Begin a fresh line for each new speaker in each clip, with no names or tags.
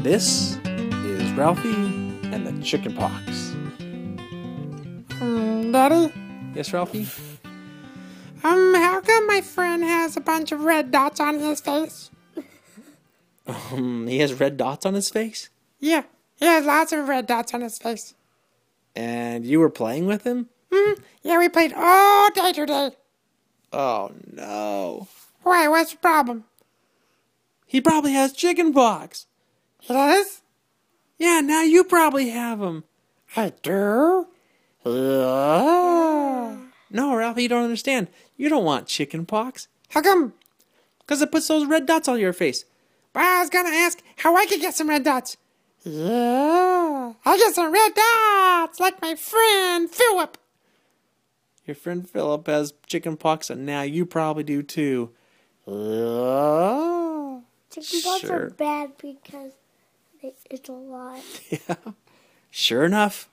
This is Ralphie and the chicken pox.
Um, Daddy,
Yes, Ralphie?
um, how come my friend has a bunch of red dots on his face?
Um, he has red dots on his face?
Yeah, he has lots of red dots on his face.
And you were playing with him?
Hmm? Yeah, we played all day today.
Oh, no.
Why, what's the problem?
He probably has chicken pox.
He does?
Yeah, now you probably have him.
I do?
No, Ralphie, you don't understand. You don't want chicken pox.
How come?
Because it puts those red dots on your face.
Well, I was gonna ask how I could get some red dots. Yeah, Oh, I get some red dots like my friend Philip.
Your friend Philip has chicken pox, and now you probably do too.
Chicken pox
Sure.
are bad because they, it's a lot.
Sure enough,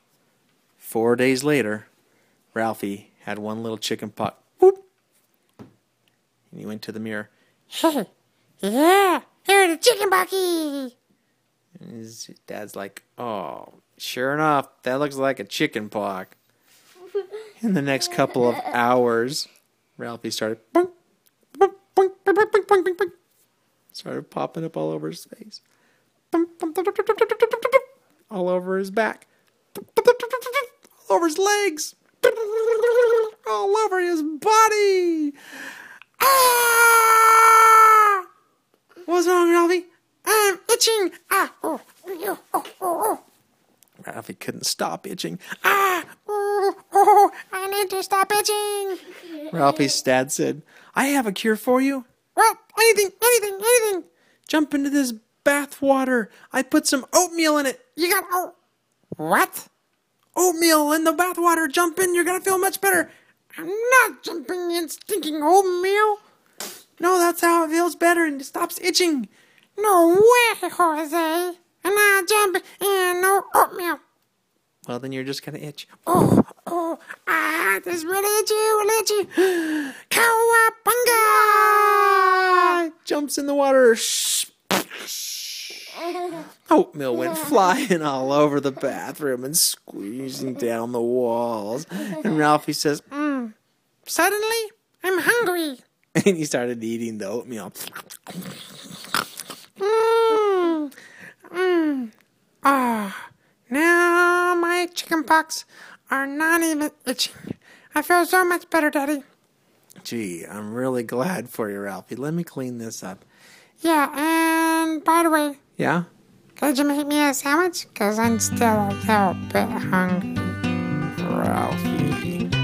four days later, Ralphie had one little chicken pox. Whoop! And he went to the mirror.
yeah, here are the chicken pocky.
And his dad's like, "Oh, sure enough, that looks like a chicken pox." In the next couple of hours, Ralphie started boink, boink, boink, boink, boink, boink, boink, boink, boink. started popping up all over his face, Boink, boink, boink, boink, boink, boink, boink, boink, boink. all over his back, Boink, boink, boink, boink, boink, boink, all over his legs, Boink, boink, boink, boink, boink, boink, all over his body. Ah! What's wrong, Ralphie?
I'm itching. Ah, oh, oh, oh, oh,
Ralphie couldn't stop itching.
ah, oh, oh, I need to stop itching.
Ralphie's dad said, I have a cure for you.
Well, anything, anything, anything.
Jump into this bath water. I put some oatmeal in it.
You got oh, what?
Oatmeal in the bath water. Jump in. You're going to feel much better.
I'm not jumping in stinking oatmeal.
No, that's how it feels better and it stops itching.
No way, Jose. I'm not jumping in no oh, oatmeal.
Well, then you're just going to itch.
Oh, oh, ah, this really itchy, really itchy. Ah, Cowabunga!
Jumps in the water. Shh. Oatmeal went flying all over the bathroom and squeezing down the walls. And Ralphie says,
Suddenly, I'm hungry.
and he started eating the oatmeal.
Mmm, mmm. Ah, now my chicken pox are not even itching. I feel so much better, Daddy.
Gee, I'm really glad for you, Ralphie. Let me clean this up.
Yeah, and by the way,
Yeah?
could you make me a sandwich? Because I'm still a little bit hungry.
Ralphie.